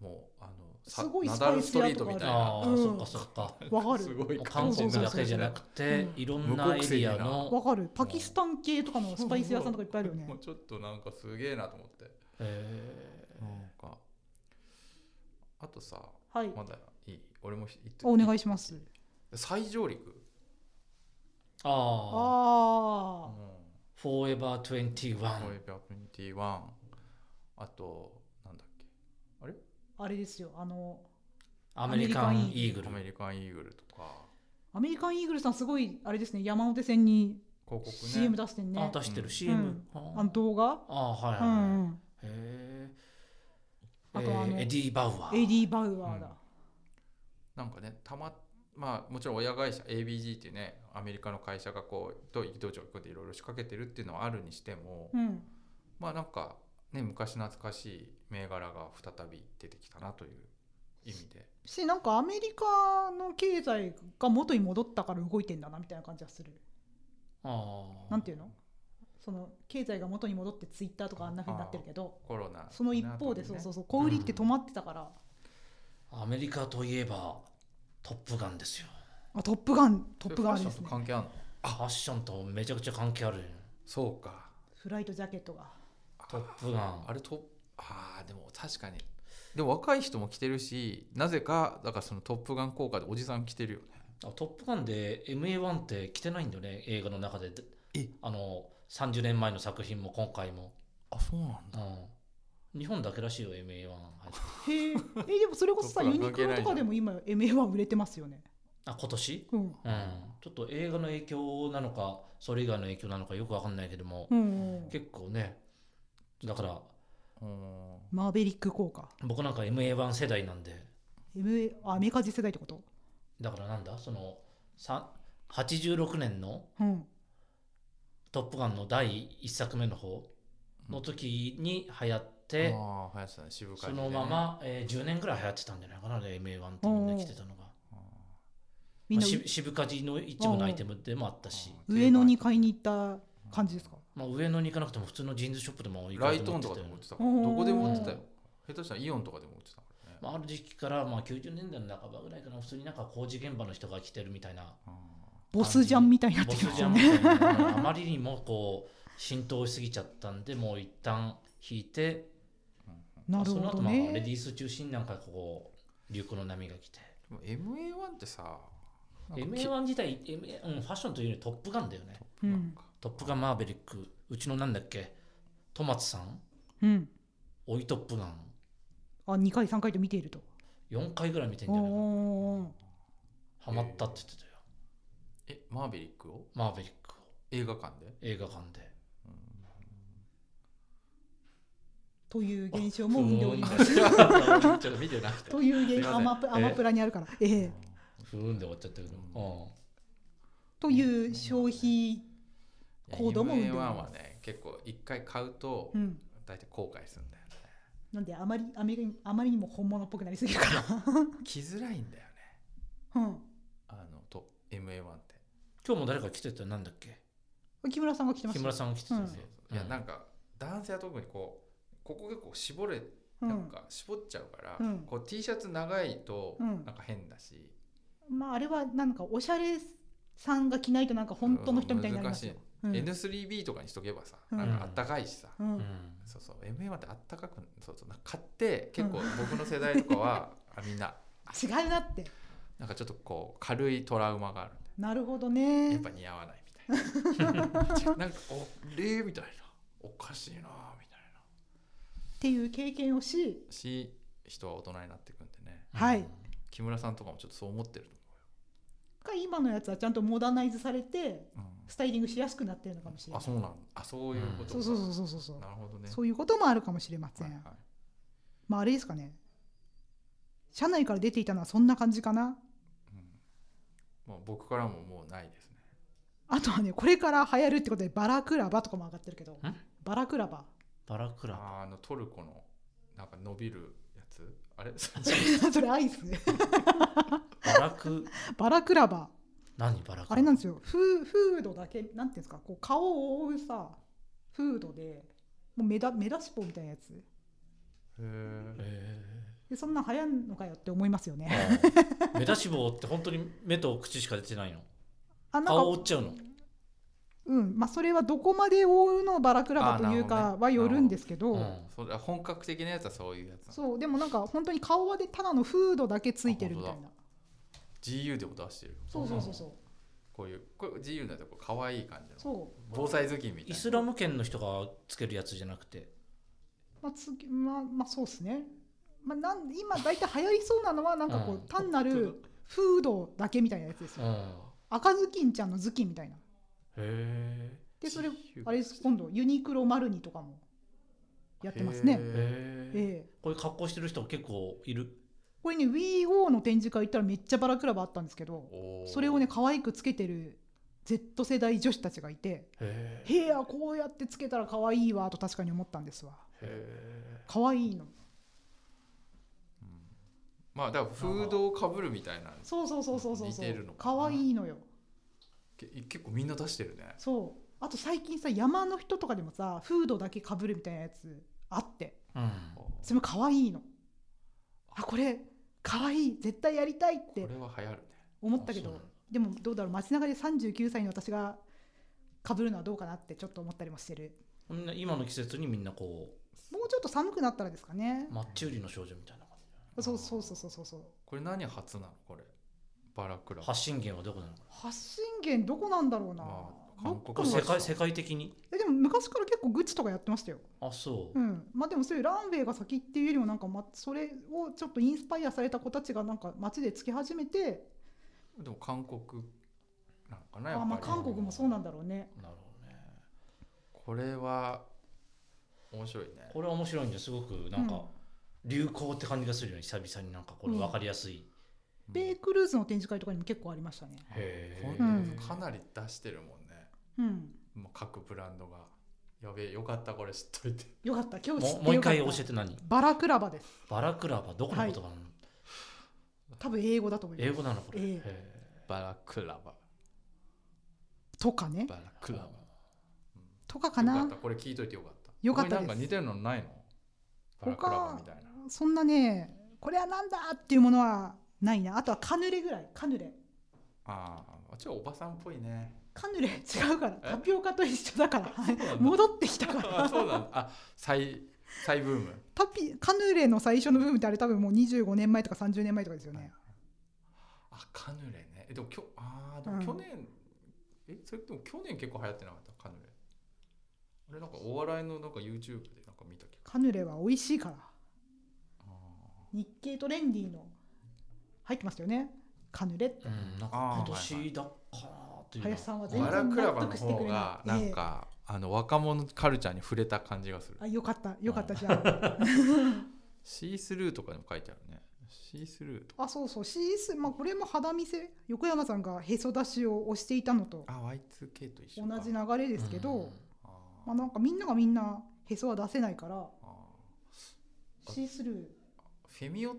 S3: もうあのさ
S1: すごい
S3: ナ
S1: ス
S3: ダ
S1: パ
S3: ル
S1: イ
S3: ス
S1: ス
S3: ト
S1: 屋
S3: リート
S1: とか
S3: み
S1: ある
S3: たい
S2: あ
S3: な
S2: あ、
S1: うん
S2: そっかそっか
S1: わか
S3: す
S1: る
S3: ごい
S2: もう韓国だけじゃなくて
S1: うん
S2: いろんなエリアの、
S1: わかるパキスタン系とかのスパイス屋さんとかいっぱいあるよね
S3: もうちょっとなんかすげえなと思って
S2: え
S3: なんかあとさ
S1: はい
S3: まだいい俺もひ言って
S1: お願いします
S3: 最上陸
S2: ーああ
S1: ああ
S2: フォーエバー
S3: フォー
S2: 21
S3: エバー21あとなんだっけ
S1: あれですよあの
S2: アメリカンイーグ
S3: アメ
S2: ル
S3: リカンイーグルとか
S1: アメリカンイーグルさんすごいあれですね山手線に
S3: 広告ね
S1: CM 出してんね
S2: あ出して
S3: う
S2: る
S3: ん
S2: CM
S1: あの動画
S2: ああはい
S1: うん
S2: はい、
S1: うん
S2: へえ。
S1: あとあの
S2: えーエディ・バウアー。
S1: エディ・バウアーだ、
S3: なんかねたままあもちろん親会社 ABG っていうねアメリカの会社がこうと移動庁でいろいろ仕掛けてるっていうのはあるにしても、
S1: うん、
S3: まあなんかね昔懐かしい銘柄が再び出てきたなという意味で
S1: しなんかアメリカの経済が元に戻ったから動いてんだなみたいな感じがする
S2: ああ。
S1: なんていうのその経済が元に戻ってツイッターとかあんなふうになってるけど
S3: コロナ
S1: その一方で
S3: ね
S1: そうそううそう小売りって止まってたから、
S2: アメリカといえば、トップガンですよ。
S1: あトップガントップガンあ
S3: そ
S1: れ
S3: れファッショ
S1: ですね
S3: ンと関係あるの
S2: ファッションとめちゃくちゃ関係あるよ。
S3: そうか
S1: フライトジャケットが
S2: トップガン
S3: あれトップあーでも確かにでも若い人も着てるしなぜかだからそのトップガン効果でおじさん着てるよね
S2: あトップガンで MA1 って着てないんだよね、映画の中で。
S3: え
S2: あの、30年前の作品も今回も。
S3: あそうなんだ
S2: うん。日本だけらしいよ、MA1 入って。
S1: へえ えでもそれこそさ
S3: トッ
S1: ユ
S3: プガン
S1: ニク
S3: 関係
S1: ロ
S3: ないじゃん
S1: とかでも今 MA1 売れてますよね
S2: あ、今年
S1: うん
S2: うん。ちょっと映画の影響なのか、それ以外の影響なのかよくわかんないけども、
S1: うん、うん、
S2: 結構ね、だから、
S3: うーん
S1: マーベリック効果
S2: 僕なんか MA1 世代なんで、
S1: MA あアメカジ世代ってこと
S2: だからなんだそのさ86年の
S1: うん
S2: 「トップガン」の第1作目の方
S3: う
S2: の時に流行っ
S3: あ
S2: て、
S3: あー流行ってたね渋
S2: そ
S3: 谷
S2: のまま、えー10年ぐらい流行ってたんじゃないかな黎明版ってみんな来てたのが、
S1: みん
S2: ま
S1: な
S2: あ、し渋かじの一部のアイテムでもあったし、
S1: 上野に買いに行った感じですか
S2: まあ、上野に行かなくても普通のジーンズショップでも行こ
S3: ラ
S2: う
S3: イトオンと
S2: 思
S3: か
S2: って
S3: で
S2: た
S3: も
S2: よ
S3: 売
S1: う
S2: ね
S3: ってたど
S1: ん
S3: こでも売ってたよ下手したらイオンとかでも売ってたからね
S2: まあ、ある時期からまあ90年代の半ばぐらいかな普通になんか工事現場の人が来てるみたいな
S1: ボスジャンみたいになっ
S2: ボ
S1: て
S2: ス
S1: きまし
S2: ジ
S1: た
S2: ャン
S1: ね
S2: みたいなのがあまりにもこう浸透しすぎちゃったんでもう一旦引いて、ま
S1: な
S2: あ
S1: る
S2: その
S1: ほ
S2: 後
S1: ど
S2: まあレディ
S1: ね
S2: ース中心なんかこう流行の波が来て
S3: でも MA1 ってさなんかき
S2: MA1 自体、MA うん、ファッションというよりトップガンだよね
S1: うん
S2: トップガンマーベリックうちのなんだっけトマツさん
S1: うん
S2: おいトップガン
S1: あ2回3回と見ていると
S2: 4回ぐらい見てん
S1: お
S2: じゃないかな
S1: ー
S2: ハマったって言ってたよ
S3: えマーベリックを
S2: マーベリックを
S3: 映画館で
S2: 映画館で
S1: という現象も生んでおります
S2: すちょっと見てなくて
S1: という現
S3: すいません
S1: アマプアマプラにあるからええ
S2: ふーんで終わっちゃったけど、うん
S1: という消費コードも売ってる
S3: MA1 はね結構一回買うと
S1: うん
S3: 大体後悔するんだよね
S1: なんであまりあまりにあまりにも本物っぽくなりすぎるか
S3: 着づらいんだよね
S1: ら うん
S3: あのと MA1 って
S2: 今日も誰か来てたよなんだっけ
S1: 木村さんが来てま
S2: 木
S1: し
S2: 村
S1: た
S2: さんが来てた
S1: うんん
S2: で、
S3: いやなんか男性は特にこうここがこう絞れ
S1: う
S3: なん
S1: ん
S3: か絞っちゃうから、
S1: うん
S3: こう T シャツ長いと
S1: うん
S3: なんか変だし、
S1: まああれはなんかおしゃれさんが着ないとなんか本当の人みたいになりますようん
S3: N3B とかにしとけばさ、
S1: うん
S3: なんかあったかいしさ、
S1: う
S2: うんん
S3: そうそう MA1 ってあったかくそうそうなんか買って結構僕の世代とか は、あみんな
S1: 違うなって
S3: なんかちょっとこう軽いトラウマがあるんだよ
S1: なるほど
S3: や
S1: ね
S3: っぱ似合わないみたいな なんかおれみたいなおかしいなみたいな
S1: っていう経験をし
S3: し人は大人になっていくんでね
S1: はい
S2: うん
S3: 木村さんとかもちょっとそう思ってると
S1: か今のやつはちゃんとモダナイズされて
S3: 思うよ、
S1: スタイリングしやすくなってるのかもし
S3: う
S1: れな
S3: んあ
S1: い
S3: そうなんあそういうことか、
S1: そうそうそうそうそうそう
S3: なるほどね
S1: そういうこともあるかもしれませ
S3: はい
S1: ん、
S3: はい
S1: まああれですかね社内から出ていたのはそんな感じかな
S3: うんまあ、僕からももうないですね。
S1: あとはねこれから流行るってことでバラクラバとかも上がってるけど
S2: ん
S1: バラクラバ
S2: バラクラ
S3: あーあのトルコのなんか伸びるやつあれ
S1: それアイス
S2: バラク
S1: バラクラバ
S2: 何バラクラ
S1: あれなんですよフーフードだけなんていうんですかこう顔を覆うさフードでもう目だ目出し帽みたいなやつ
S3: へ
S2: へ
S1: でそんなん流行んのかよって思いますよね
S2: ーああ目出し帽って本当に目と口しか出てないの
S1: あなん
S2: 顔を
S1: か
S2: 覆っちゃうの
S1: うんまあそれはどこまで覆うのをバラクラバという
S3: あなる
S1: か
S3: ほど
S1: は
S3: ね
S1: よるんですけど
S2: うん
S3: それ本格的なやつはそういうやつなの
S1: そうでもなんか本当に顔はでただのフードだけついてるみたい
S3: あ本
S1: な
S3: GU でも出してるよ
S1: そうそうそうそう
S3: こういうこれ GU のやつはこう可愛い感じの
S1: そ
S3: 防災頭巾みたいな
S2: イスラム圏の人がつけるやつじゃなくて
S1: うまあ次まあまあそうですね、まあ、なん今大体流行りそうなのはなんかこ
S2: う
S1: うん単なるフードだけみたいなやつです
S2: う
S1: よ
S2: ん
S1: 赤ずきんちゃんのずきんみたいな
S2: へえ
S1: でそれ
S3: GU
S1: あれです今度ユニクロマルニとかもやってますね
S3: へ
S2: へ
S3: ー
S2: え
S1: ええ
S2: こういう格好してる人結構いる
S1: これね WeGo の展示会行ったらめっちゃバラクラバあったんですけど
S3: おー
S1: それをね可愛くつけてる Z 世代女子たちがいて
S2: へ
S1: へえあこうやってつけたら可愛いわと確かに思ったんですわ
S2: え
S1: 可愛いの
S3: まあだからフードをかぶるみたいなんです
S1: そうそうそうそうそう
S3: 似
S1: そ
S3: てるの
S1: う
S3: かな
S1: 可愛いのよ
S3: け結構みんな出してるね
S1: そうあと最近さ山の人とかでもさフードだけかぶるみたいなやつあって
S2: うん
S1: それも可愛いのあこれ可愛い絶対やりたいって
S3: これは流行るね
S1: 思ったけど
S2: あそうなの
S1: でもどうだろう街中で39歳の私がかぶるのはどうかなってちょっと思ったりもしてる
S2: みんな今の季節にみんなこ
S1: もうちょっと寒くなったらですかね
S2: うマッチ売りの少女みたいな感
S1: そうそうそうそうそうそう
S3: これ何発なのこれバラクラ
S2: じ発信源はどこなのか
S1: 発信源どこなんだろうな
S3: まあ
S1: どっ
S3: 韓
S1: か
S2: こ
S3: 国
S2: れ
S1: の
S2: 世界世界的に
S1: えでも昔から結構愚痴とかやってましたよ
S2: あそうう、
S1: んまあでもそういうランウェイが先っていうよりもなんか、ま、それをちょっとインスパイアされた子たちがなんか街でつき始めて
S3: でも韓国なんかな
S1: あ
S3: やっぱり
S1: まあ韓国もそうなんだろうね
S2: なるほどね
S3: これは面白いね
S2: これは面白いんですごくなん
S1: う
S2: か
S1: ん
S2: 流行って感じがするよね久々になんかこれ分かりやすい、
S1: ベイクルーズの展示会とかにも結構ありましたね
S2: へ
S3: こ
S2: え
S3: ん
S1: うん
S3: かなり出してるもんね
S1: うん
S3: もう各ブランドがやべえよかったこれ知っといて
S1: よかった今日知ってよかっ
S2: も
S1: た
S2: うもう一回教えて何
S1: バラクラバです
S2: バラクラバどこの言葉なの、
S1: 多分英語だと思います
S2: 英語なのこれ、
S1: ええ
S2: へえ
S3: バラクラバ
S1: とかね
S3: バラクラバ
S1: とかか
S3: よか
S1: な
S3: ったこれ聞いといてよかった
S1: よかったです
S3: 他になんか似てるのないのバラクラバみたいな
S1: そんなねこれはなんだっていうものはないなあとはカヌレぐらいカヌレ
S3: ああちょっとおばさんっぽい ね
S1: カヌレ違うからタピオカと一緒だからはい
S3: そうなんだ
S1: 戻ってきたか
S3: あ
S1: ら
S3: そうなんだあ再再ブーム
S1: タピカヌレの最初の部分ってあれ多分もう25年前とか30年前とかですよね
S3: あカヌレねえでもきょあーでも
S1: うん
S3: 去年、えそれでも去年結構流行ってなかったカヌレあれなんかお笑いのなんか YouTube でなんか見た気が
S1: カヌレは美味しいから
S3: あ
S1: 日経トレンディの入ってますよねカヌレって
S2: うん、なんか
S3: あ
S2: 今
S3: ー
S2: 年だかなっていうのは
S1: 林さんは
S3: ー
S1: 全
S3: バラ
S1: 然
S3: クラ
S1: 納
S3: バの
S1: 得してく
S3: 方
S1: れな
S3: が
S1: い
S3: なん
S1: ええ
S3: か、あの若者カルチャーに触れた感じがする
S1: あよかったよかったじゃ あ
S3: シースルーとかにも書いてあるねシースルーとか
S1: あそうそう CS、まあ、これも肌見せ横山さんがへそ出しを押していたのと
S3: あ Y2K と一緒
S1: 同
S3: か
S1: じ流れですけど、
S2: うん
S3: あー
S1: まあ、なんかみんながみんなへそは出せないから
S3: あー
S1: シースルー
S3: フェミオ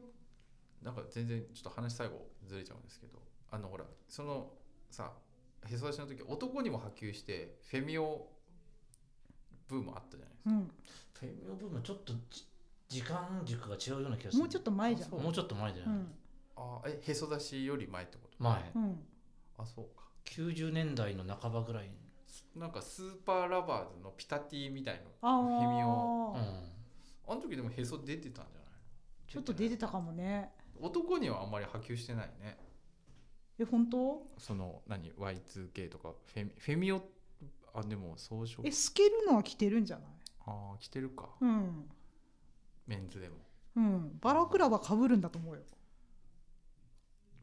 S3: なんか全然ちょっと話最後ずれちゃうんですけどあのほらそのさへそ出しの時男にも波及してフェミオブームあったじゃないですか
S1: うん、
S2: フェミオブームちょっとじ時間軸が違うような気がする
S1: もうちょっと前じゃん
S3: あそ
S2: もうちょっと前だよ
S1: う
S2: ね、
S1: ん、
S3: あーえへそ出しより前ってこと
S2: 前
S1: うん、
S3: あそうか
S2: 90年代の半ばぐらい、
S3: なんかスーパーラバーズのピタティみたい
S1: あ
S3: なフェミオ
S1: あ
S2: うん
S1: ー
S3: あの時でもへそ出てたんじゃない
S1: ちょっと出
S3: て
S1: てたかもね
S3: ない男にはあんまり波及してないね
S1: え本当
S3: その何 Y2K とかフェミフェミオあでも総称
S1: え透けるのは着てるんじゃない
S3: ああ着てるか
S1: うん
S3: メンズでも
S1: うんバラクラバかぶるんだと思うよ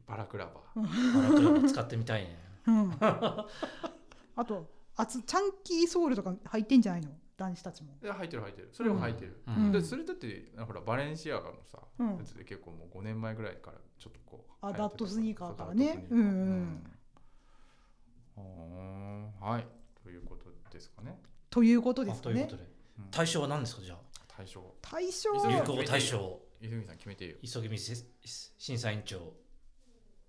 S3: バラクラバー
S2: バラクラバ使ってみたいね
S1: うん あとあつチャンキーソールとか履いてんじゃないの男子たちも
S3: いや入ってる入ってるそれは入ってる、
S2: うん
S1: うん
S3: でそれだってほらバレンシアガのさ、
S1: うん
S3: やつで結構もう5年前ぐらいからちょっとこう
S1: あ
S3: 流行ってた
S1: ダットスニーカーからね
S3: そうダットスニーカ
S1: う
S3: ー
S1: ん
S3: うんはーんはいということですかね、
S1: ということで
S2: あ
S1: すか
S2: という
S1: ね
S2: ことで
S3: うん
S2: 対象は何ですかじゃあ
S3: 対象
S1: 対象
S3: いずれ
S2: 流
S3: も
S2: 行語大賞
S3: 泉さん決めてよ
S2: 急ぎ見せ審査委員長フ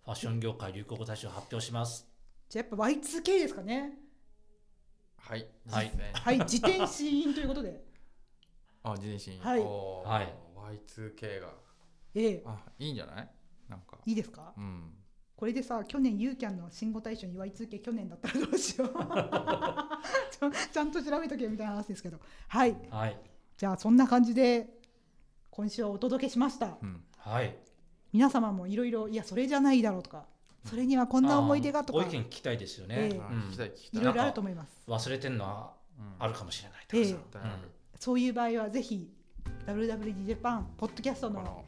S2: ァッション業界流行語大賞発表します
S1: じゃあやっぱ Y2K ですかね
S3: はい
S2: はい
S3: 実践
S1: はい自転車員ということで
S3: あ自転車
S1: はい
S3: おー
S2: は
S3: Y2K が
S1: ええ
S3: あいいんじゃないなんか
S1: いいですか
S3: うん
S1: これでさ去年ユーキャンの新語大賞に Y2K 去年だったらどうしよう ちょちゃんと調べとけみたいな話ですけどはい
S2: はい
S1: じゃあそんな感じで今週はお届けしました
S3: うん
S2: はい
S1: 皆様もいろいろいやそれじゃないだろうとかそれにはこんな思い出がと
S2: あ
S1: か
S2: ーご意
S1: い
S2: 見聞きたいですよ
S1: え
S2: ね、
S1: え
S3: あ
S2: うん
S3: 聞きたい聞きたい
S1: ろいろあると思います
S2: 忘れてんのは
S3: うん
S2: あるかもしれないた
S1: ええ
S2: くさん
S3: 絶対ある
S1: そういう場合はぜひ WWDJAPAN ポッドキャスト
S3: あ
S1: の
S3: の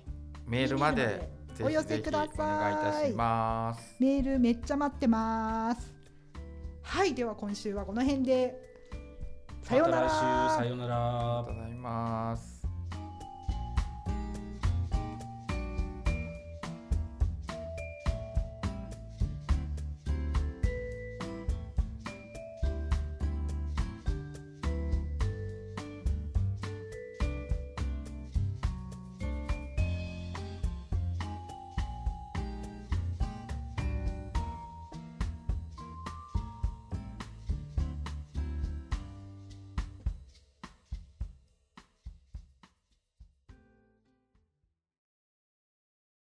S3: メールま
S1: メー
S3: で
S1: ルまで
S3: ぜひ
S1: お寄せ
S3: ぜひ
S1: ください
S3: お願いいたします
S1: メールめっちゃ待ってますはいでは今週はこの辺でさようなら
S2: また来週さようなら
S3: ありがとうございます。